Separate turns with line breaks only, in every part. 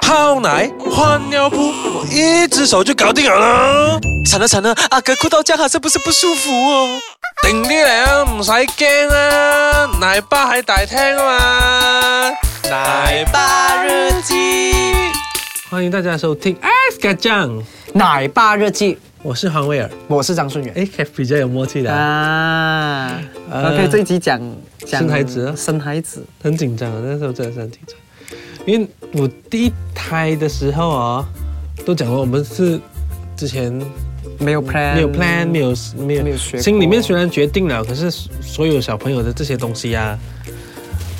泡奶、换尿布，我一只手就搞定了啦。
惨了惨了，阿哥哭到这样，是不是不舒服哦？
定啲嚟啊，唔使惊啊，奶爸喺大厅啊嘛。奶
爸日记，
欢迎大家收听《S 卡酱》，
奶爸日记，
我是黄威尔。
我是张顺元
哎，比较有默契的啊，
啊。
呃
OK，这一集讲讲
生孩子啊
生孩子，
很紧张啊，那时候真的是很紧张，因为我第一胎的时候啊、都讲过我们是之前
没有 plan，
没有 plan，没有没有
没有学过
心里面虽然决定了，可是所有小朋友的这些东西啊，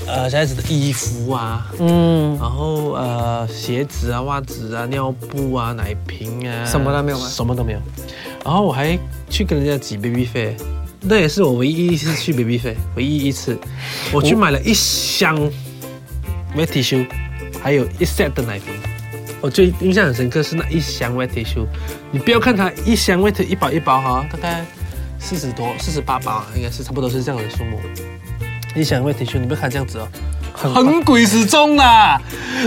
呃，小孩子的衣服啊，
嗯，
然后呃，鞋子啊、袜子啊、尿布啊、奶瓶啊，
什么都没有吗
什么都没有。然后我还去跟人家挤 baby 费，那也是我唯一一次去 baby 费，唯一一次，我去买了一箱 wet tissue，还有一 set 的奶瓶。我最印象很深刻是那一箱 wet tissue，你不要看它一箱 wet 一包一包哈，大概四十多、四十八包啊，应该是差不多是这样的数目。一箱 wet tissue，你不要看它这样子哦，很很鬼始终
啊
啦。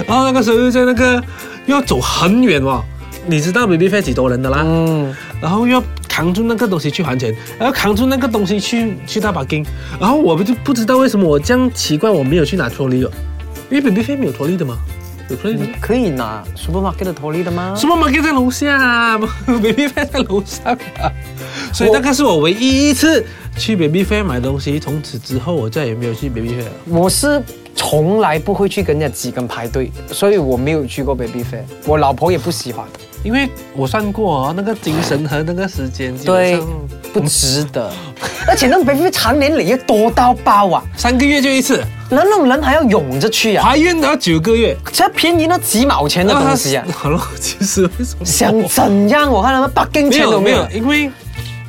然后那个时候又在那个又要走很远哦，你知道 baby 费几多人的啦，
嗯，
然后又要扛住那个东西去还钱，然后扛住那个东西去去大把金，然后我就不知道为什么我这样奇怪，我没有去拿托利哦，因为 baby 费没有托利的嘛，有托利的吗。
可以拿 supermarket 的头利的吗？
什么 market 在楼下啊 ，baby fair 在楼上啊，所以那个是我唯一一次去 baby fair 买东西，从此之后我再也没有去 baby fair 了。
我是从来不会去跟人家挤跟排队，所以我没有去过 baby fair，我老婆也不喜欢，
因为我算过哦，那个精神和那个时间基本
对
上，
不值得。 而且那个 baby fair 长年累月多到爆啊，
三个月就一次，
那那种人还要涌着去啊，
怀孕都要九个月。
这便宜那几毛钱的东西啊
那，他好了， 其实为什么
想怎样？我看他们八根
没
钱
有
都
没
没有
有，。因为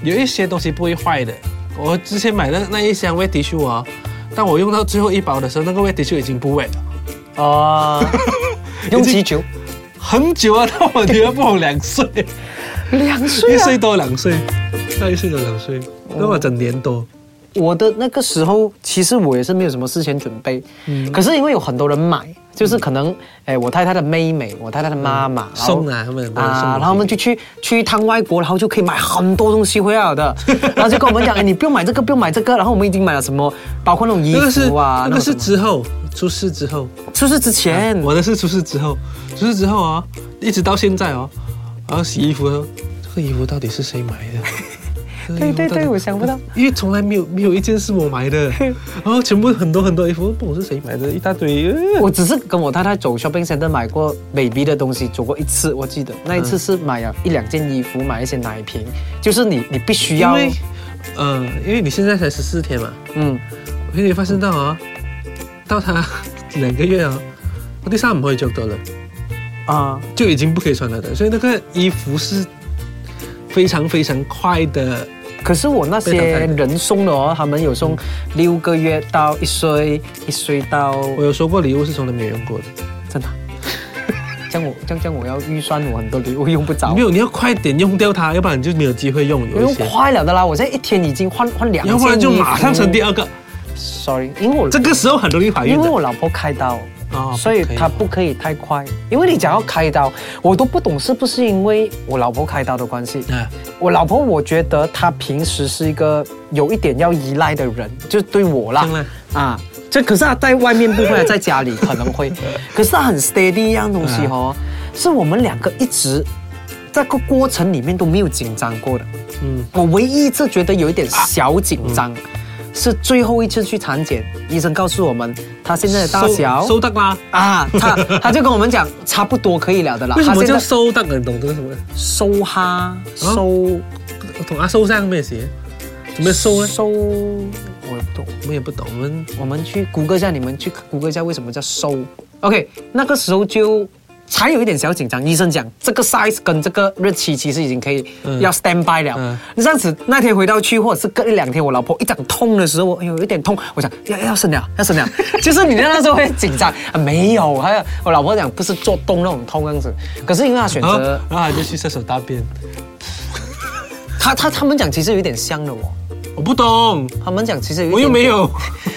有一些东西不会坏的。我之前买的那一箱 wet tissue 啊、当我用到最后一包的时候，那个 wet tissue 已经不 wet 了。
哦，用几久？
很久啊，到我女儿不红两岁，
两
一
岁啊
岁！多两岁，嗯到一岁多两岁，那么整年多。
我的那个时候，其实我也是没有什么事前准备，
嗯
可是因为有很多人买，就是可能，哎，我太太的妹妹，我太太的妈妈然后
送啊他们很多人送
啊，
东西
然后他们就去去一趟外国，然后就可以买很多东西回 来的，然后就跟我们讲，哎，你不用买这个，不用买这个，然后我们已经买了什么，包括那种衣
那个是
服啊，
那个是
种什
之后出事之后，
么出事之前，
哎我的是出事之后，出事之后啊，一直到现在哦，然后洗衣服的时候，这个衣服到底是谁买的？ 这个衣服
对对
到底
我想不到，
因为从来没有没有一件是我买 的，然后全部很多很多衣服，不懂是谁买的，一大堆。呃
我只是跟我太太走 shopping center 买过 baby 的东西，走过一次，我记得那一次是买啊了一两件衣服，买一些奶瓶，就是你你必须
因
要，
为，呃，因为你现在才十四天嘛，
嗯，
我你發生得啊，到他 兩個月啊，嗰啲衫唔可以着到了，
啊、
就已經不可以穿了的，所以那個衣服是非常非常快的。
可是我那些人送的哦，他们有送六个月到一岁，一岁到
我有收過禮物是從來沒有用過的，
真的啊。这样我这样这样我要预算我很多礼物用不着
没，有，你要快点用掉它，要不然你就没有机会用
我
有一
用
些，
快了的啦，我现在一天已经换换两件
要不然就马上生第
二。
二个，
Sorry，因为我
这个时候很容易怀孕
因为
的。
我老婆开刀，
哦
所以
不可以
她不可以太快。因为你讲要开刀，我都不懂是不是因为我老婆开刀的关系。
啊，
我老婆，我觉得她平时是一个有一点要依赖的人，就对我啦
真的，
啊。这可是她在外面不会啊，在家里可 能会，可是她很 steady 一样东
嗯
西哦，是我们两个一直在个过程里面都没有紧张过的。
嗯，
我唯一一次觉得有一点小紧张，是最后一次去产检，医生告诉我们他现在的大
收
小
收得啦。
啊，他 他就跟我们讲差不多可以了的啦。
為什
他
麼
现
叫啊
在
收得啊？你懂這個什麼？
收哈收
同阿收生咩事？做咩收呢？
收，我也不懂。
我們也不懂，我們
我们去谷歌一下，你们去谷歌一下为什么叫收。OK，那个时候就才有一点小紧张。医生讲这个 size 跟这个日期其实已经可以、
嗯
要 stand by
嗯
了。那这样子那天回到去或者是隔一两天，我老婆一讲痛的时候，哎呦有一点痛，我讲要要生了，要 生了。就是你那时候会紧张，啊、没有，还有我老婆讲不是做动那种痛这样子，可是因为她选
然後
择、
然後他就去廁所大便。
她她他们讲其实有一点像了我。哦
我不懂，
他们讲其实有一
我又
点
没有，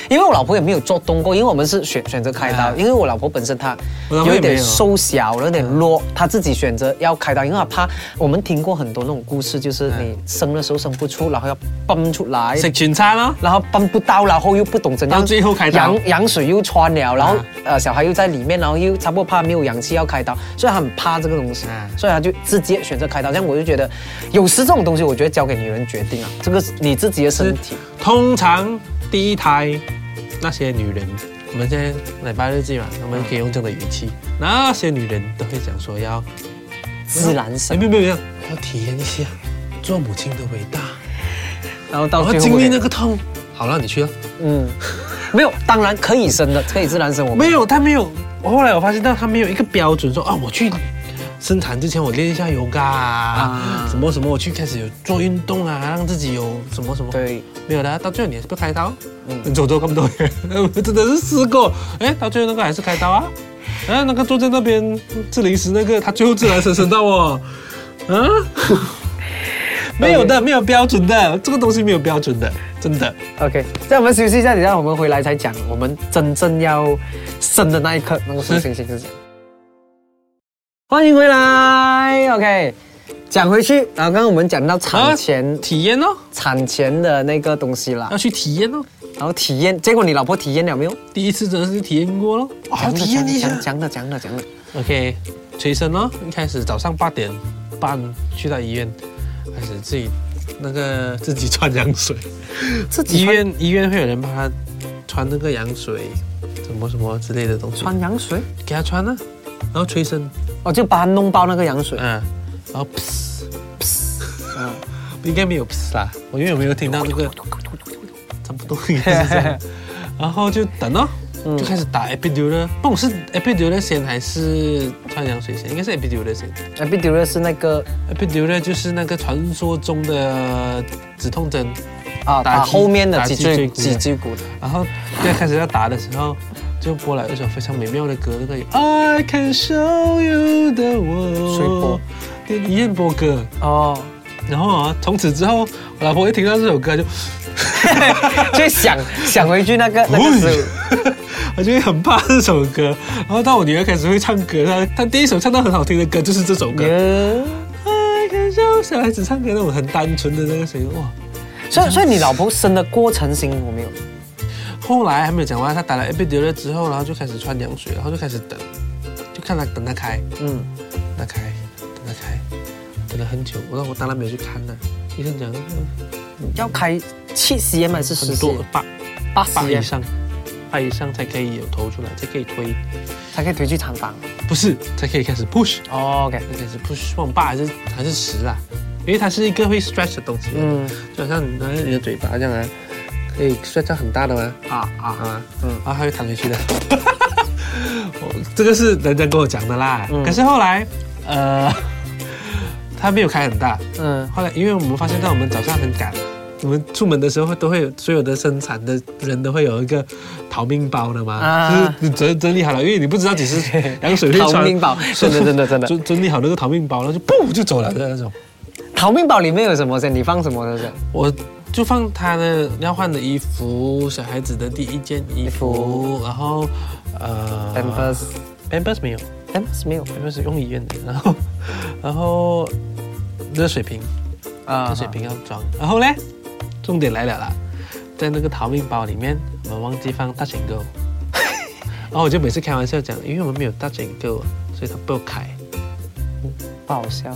因为我老婆也没有做动过，因为我们是选选择开刀，
啊
因为我老婆本身她
我老婆
有
也
一点
没有
瘦小，有点弱，她自己选择要开刀，因为她怕我们听过很多那种故事，就是
哎
你生的时候生不出，然后要泵出来。
食全餐咯。
然后泵不到，然后又不懂怎样，
到最后开刀
羊羊水又穿了，然后、
啊
呃小孩又在里面，然后又差不多怕没有氧气要开刀，所以他很怕这个东西，
啊
所以他就直接选择开刀。这样我就觉得，有时这种东西我觉得交给女人决定啊，这个是你自己的身体。
通常第一胎那些女人，我们现在奶爸日记嘛，我们可以用这样的语气，那些女人都会讲说要
自然生
没有没有没有，要体验一下做母亲的伟大，
然后到
然哦后
最后
经历
我
那
也
个痛。好了，你去了。啊
嗯，没有，当然可以生的，可以自然生。我们
没有，他没有。我后来我发现到他没有一个标准说啊，我去生产之前我练一下 yoga 啊
啊，
什么什么，我去开始有做运动啊，让自己有什么什么。
对，
没有的，到最后你还是不开刀。嗯，走走这么多 人，我真的是试过，哎，到最后那个还是开刀啊。哎，那个坐在那边吃零食那个，他最后自然生生到哦， 啊，没有的，没有标准的，这个东西没有标准的，真的。
OK，这样我们休息一下，等一下我们回来才讲我们真正要生的那一刻那个事情是什么。欢迎回来，OK，讲回去，然后刚刚我们讲到产前、
体验哦，
产前的那个东西啦
要，去体验哦。
然后体验，结果你老婆体验了没有？
第一次真的是体验过咯，
讲
好
的
哦体验一下
讲。讲的讲的讲的，
OK，催生咯，一开始早上八点半去到医院，开始自己那个自己穿羊水，
自
医
己穿
院医院会有人帮他穿那个羊水，什么什么之类的东西，
穿羊水，
给他穿啊，然后催生，
哦，就把它弄爆那个羊水
嗯，，然后噗，
嗯，
应该没有噗啦，我因为我没有听到那个，差不多应该是这 样，然后就等咯。
嗯
就开始打 epidural，不懂是 epidural 先还是穿羊水先，应该是 epidural 先。
那 b i d u r 是那个
epidural 就是那个传说中的止痛针，
啊，
打
打
脊
后面的
打
脊
脊
椎
椎骨
脊椎骨的。
然后在开始要打的时候，就播了一首非常美妙的歌，那个有 I can show you 的我，
谁播？
对，燕播歌。
哦，
然后啊，从此之后，我老婆一听到这首歌就，
就想想回去那个那个时候，
我就会很怕这首歌。然后到我女儿开始会唱歌，她她第一首唱到很好听的歌就是这首歌。
耶
I can show 小孩子唱歌那种很单纯的那个谁哇。
所以所以你老婆生的过程辛苦没有？
后来还没有讲完，他打了 epidural 之后，然后就开始穿羊水，然后就开始等，就看他等他开，
嗯，
等他开，等他开，等了很久。我我当然没有去看了，医生讲嗯
要开七 cm 还是十
很多
cm？
八
八
八以
cm
上，八以上才可以有头出来，才可以推，
才可以推去产房。
不是才可以开始 push，
哦，OK，
才开始 push。忘八还是还是十啦，因为它是一个会 stretch 的东西，嗯，
嗯
就好像你拿你的嘴巴这样啊，可以 stretch 到很大的吗？
啊啊，
啊，嗯，
嗯
然后他会弹回去的。 我这个是人家跟我讲的啦，
嗯
可是后来，呃， 他没有开很大。
嗯
后来，因为我们发现到我们早上很赶，我们出门的时候都会有所有的生产的人都会有一个逃命包的嘛，
啊
就是你整整理好了，因为你不知道几时羊水会穿
逃命包
所以
真的真的真的
整整理好那个逃命包，然后就噗就走了的那种。
逃命宝里面有什么先？你放什么的先？
我就放他的要换的衣服，小孩子的第一件衣服，
服
然后呃
Pampers
Pampers 没有
，Pampers 没有
，Pampers 是用医院的，然后然后热水瓶，
啊
热水瓶要装，然后嘞，重点来了啦，在那个逃命包里面，我们忘记放大选购，然后我就每次开玩笑讲，因为我们没有大选购，所以他不开。
不好笑。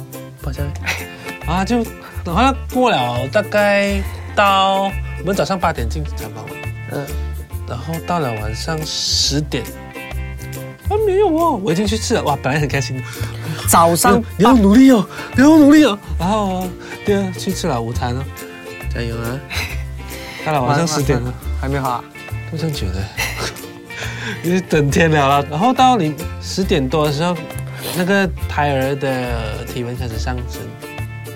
好像 啊，就好像过了大概到我们早上八点进产房，
嗯，
然后到了晚上十点，啊没有哦，我已经去吃了，哇，本来很开心的，
早上
你要努力哦，你要努力哦，然后啊对啊，去吃了午餐哦，加油啊！到了晚上十点了，
还没有啊？
路上久了，因为等天了啦，然后到你十点多的时候，那个胎儿的体温开始上升。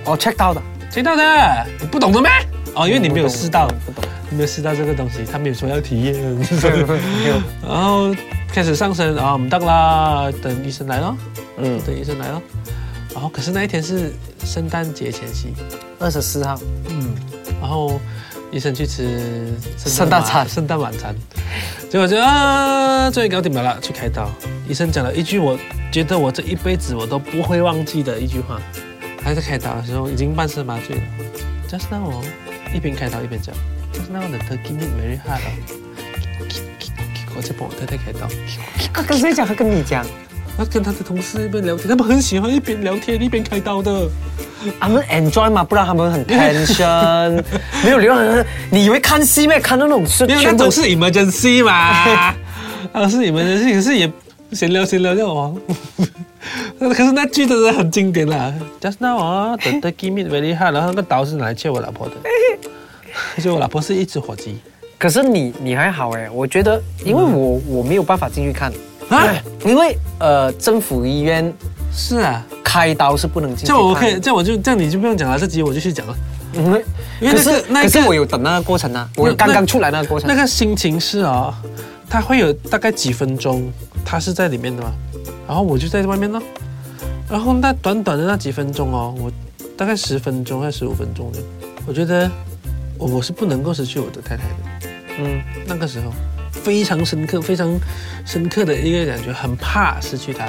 哦，check 到的，
听到的，你不懂的咩？哦，因为你没有试到，
不懂，
你没有试到这个东西，他没有说要体验。
不懂没 有，
然后开始上升啊，唔得啦，等医生来咯，
嗯，
等医生来咯。然后可是那一天是圣诞节前夕，
二十四号，
嗯，然后医生去吃
圣诞餐
圣诞晚餐，结果就啊，终于搞定了啦，去开刀。医生讲了一句我觉得我这一辈子我都不会忘记的一句话，还在开刀的时候已经半身麻醉了。Just now 哦，一边开刀一边讲，Just now the turkey meat very hard 哦。我在帮我太太开刀，
他跟谁讲？他跟你讲。
他跟他的同事一边聊天，他们很喜欢一边聊天一边开刀的。
他们 enjoy 嘛，不然他们很 tension，没有流量。你以为看戏咩？看到那种是
没有，那
全
种
都是
是 emergency 嘛， 啊是 emergency，可是也闲聊闲聊就哦。 可是那句真的很经典啦，Just now 啊、t h e turkey meat very hard，然后那个刀是拿来切我老婆的， 所以我老婆是一只火鸡
可是你你还好哎，我觉得，因为我我没有办法进去看，
嗯啊，
因为呃政府医院
是啊，
开刀是不能进去
这
看。
样我可以，这样我就这样你就不用讲了，这集我就去讲了。
嗯，
因为
可
那个
是
那个
可是我有等那个过程啊，我
那
刚刚出来那个过程
那。个心情是哦，它会有大概几分钟，它是在里面的嘛，然后我就在外面咯，然后那短短的那几分钟哦，我大概十分钟还是十五分钟的，我觉得我我是不能够失去我的太太的，
嗯，
那个时候非常深刻、非常深刻的一个感觉，很怕失去她，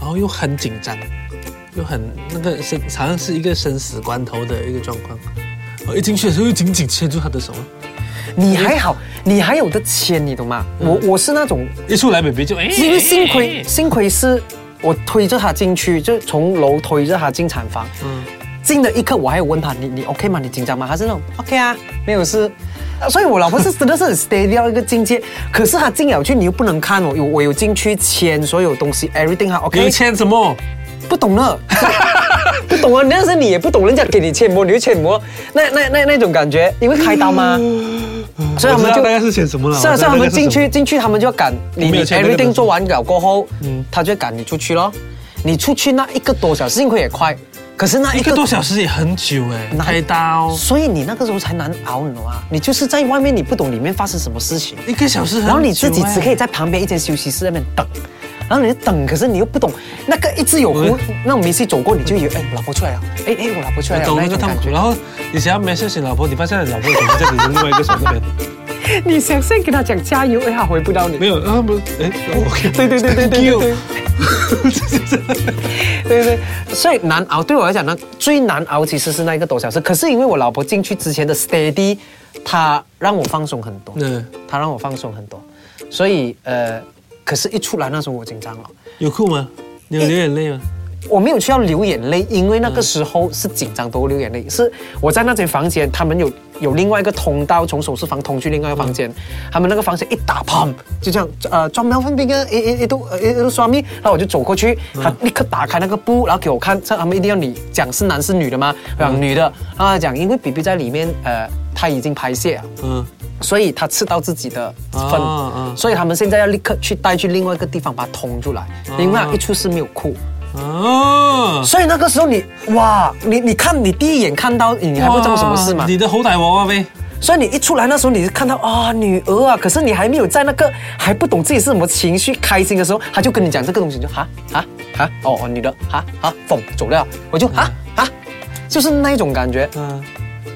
然后又很紧张，又很那个生好像是一个生死关头的一个状况。我一进去的时候，又紧紧牵住她的手，
你还好，你还有的签，你懂吗？
嗯
我我是那种
一出来，baby 就哎，
因为幸
哎
亏幸亏是我推着他进去，就从楼推着他进产房。
嗯
进的一刻，我还有问他，你你 OK 吗？你紧张吗？他是那种 OK 啊，没有事。啊所以，我老婆是真的是很 steady 到一个境界。可是她进了去，你又不能看哦我，有我有进去签所有东西，everything 她 OK
你。签什么？
不 懂了，不懂啊！但是你也不懂人家给你切膜，你就切膜，那那那那种感觉，因为开刀吗？所以
嗯
他
我
们
知道
就
大概是签什么了
是啊，
我知
所
道大概
以他们
是什
进
么
去进去，他们就要赶你，
没
你
有签那个东
everything
西
做完了过后，
嗯
他就赶你出去咯。你出去那一个多小时，幸亏也快，可是那一
一
个
个多小时也很久哎，
哪
开刀
所以你那个时候才难熬，你懂吗？你就是在外面，你不懂里面发生什么事情。
一个小时很久哎，
然后你自己只可以在旁边一间休息室那边等，然后你就等，可是你又不懂那个一直有
我
狐那种明星走过，你就以为哎我老婆出来了，哎哎我老婆出来了
懂
那
那
一
个痛
种感
苦，
觉。
然后你想要 message 你老婆，你发现你老婆已经在你的另外一个手那边，
你想先跟他讲加油，哎他回不到你
没。有，然后不，哎，OK，
对对对对对
Thank
对
you
对。对对，所以难熬对我来讲呢，最难熬其实是那一个多小时。可是因为我老婆进去之前的 steady，她让我放松很多。
嗯，
他让我放松很多，所以呃，可是一出来那时候我紧张了，
有哭吗？你有流眼泪吗？
我没有需要流眼泪，因为那个时候是紧张都流眼泪，是我在那间房间，他们有有另外一个通道，从手术房通去另外一个房间，他们那个房间一打砰，就这样呃装苗粪病啊，一一一都呃一一都刷咪，然后我就走过去，他立刻打开那个布，然后给我看，这他们一定要你讲是男是女的吗？我讲女的，然后他讲因为 B B 在里面呃他已经排泄啊了。
嗯，
所以他吃到自己的粪，
啊啊
所以他们现在要立刻去带去另外一个地方把它通出来，因为他一出事没有哭。
哦，
所以那个时候你哇，你你看你第一眼看到你还不知道什么事嘛
哇，你的猴仔娃娃呗，
所以你一出来那时候你是看到啊、女儿啊，可是你还没有在那个还不懂自己是什么情绪开心的时候，他就跟你讲这个东西，你就哈哈哈哦哦女的哈哈疯走了，我就哈哈，就是那一种感觉，
嗯，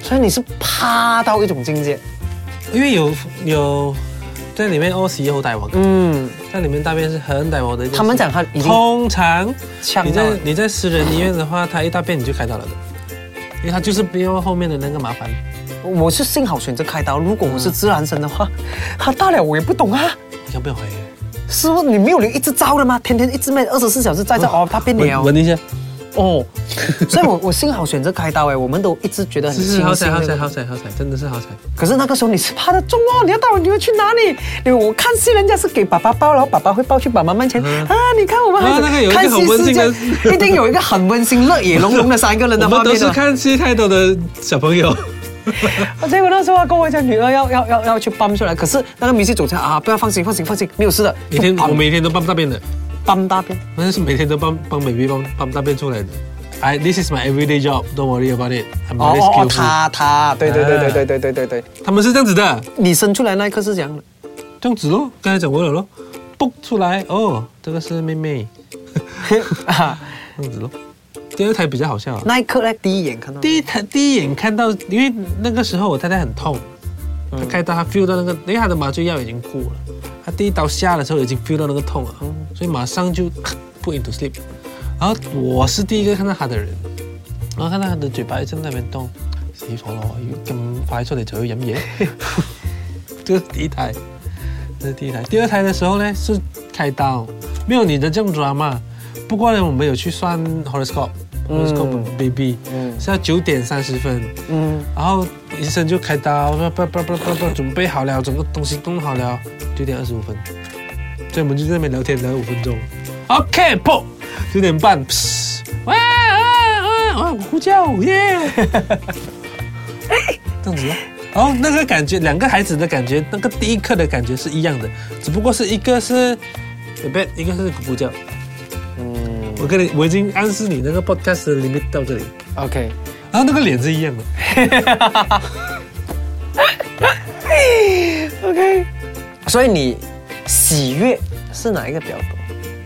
所以你是趴到一种境界，
因为有有在里面屙屎猴仔娃，
嗯，
在里面大便是很歹娃的一件事，
他们讲他已经
通常
呛
你
到了
在。你在私人医院的话，他一大便你就开刀了的，因为他就是不要后面的那个麻烦。
我是幸好选择开刀，如果我
嗯
是自然生的话， 他大了我也不懂啊。
你要不要回？
师傅，你没有人一直招的吗？天天一直卖二十四小时在这哦，他变
闻
了
闻一下，
哦。 所以我我幸好选择开刀哎，我们都一直觉得很
是
庆
是
幸。
好彩好彩好彩好彩，真的是好彩。
可是那个时候你是怕的重哦，你要带我女儿去哪里？因为我看戏人家是给爸爸抱，然后爸爸会抱去爸妈面前、
嗯
啊。你看我们孩
啊
子、
那个有一个
看戏
很温馨的
世 界一定有一个很温馨、乐也融融的三个
我
人的画
们都
面啊
是
的。
看戏太多的小朋 友，
结果那时候他跟我讲，女儿要要要要去搬出来，可是那个明星走出来啊，不要放心放心放心，没有事的。
每天
就砰
我每天都帮大便的，
搬大便。
那是每天都帮帮 baby 帮帮大便出来的。I this is my everyday job, don't worry about it. I'm
哦
very
哦
skillful.
哦，他他，对对对对对对对对对，
他们是这样子的，
你生出来那一刻是这样的，
这样子咯，刚才讲过了咯。蹦出来哦，这个是妹妹，
啊
这样子咯。第二台比较好笑啊。
那一刻呢，第一眼看到，
第一台第一眼看到，因为那个时候我太太很痛，他开刀，他 feel 到那个，因为他的麻醉药已经过了，他第一刀下的时候已经 feel 到那个痛了，所以马上就 put into sleep。然后我是第一个看到他的人，然后看到他的嘴巴一直在那边动，死火咯！要咁快出嚟就要飲嘢，这是第一胎，这是第一胎。第二胎的时候呢是开刀，没有你的症状嘛。不过呢，我们有去算 horoscope。horoscope baby，、
嗯
是要九点三十分，
嗯，
然后医生就开刀，叭叭叭叭叭叭，准备好了，整个东西弄好了，九点二十五分，所以我们就在那边聊天聊了五分钟。OK，破九点半，噗哇哇哇哇，呼叫耶，这样子啊。然后那个感觉，两个孩子的感觉，那个第一刻的感觉是一样的，只不过是一个是 b 一个是呼叫。
嗯
我跟你，我已经暗示你那个 podcast 的 limit 到这里，
，OK，
然后那个脸是一样的。
所以你喜悦是哪一个比较多？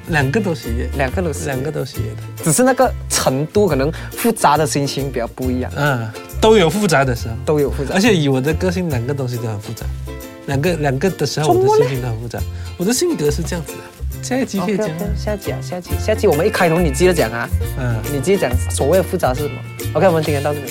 两个都喜悦，
两个都是，
两个都喜悦的，
只是那个程度可能复杂的心情比较不一样，
嗯，都有复杂的时候，
都有复杂
而。且以我的个性，两个东西都很复杂，两个两个的时候，
怎么
我的
嘞
心情都很复杂，我的性格是这样子的。下一集可以
OK
讲
OK，
吗，
下集啊，下集，下集我们一开头你记得讲啊，
嗯，
你记得讲所谓的复杂是什么？OK，我们今天到这里。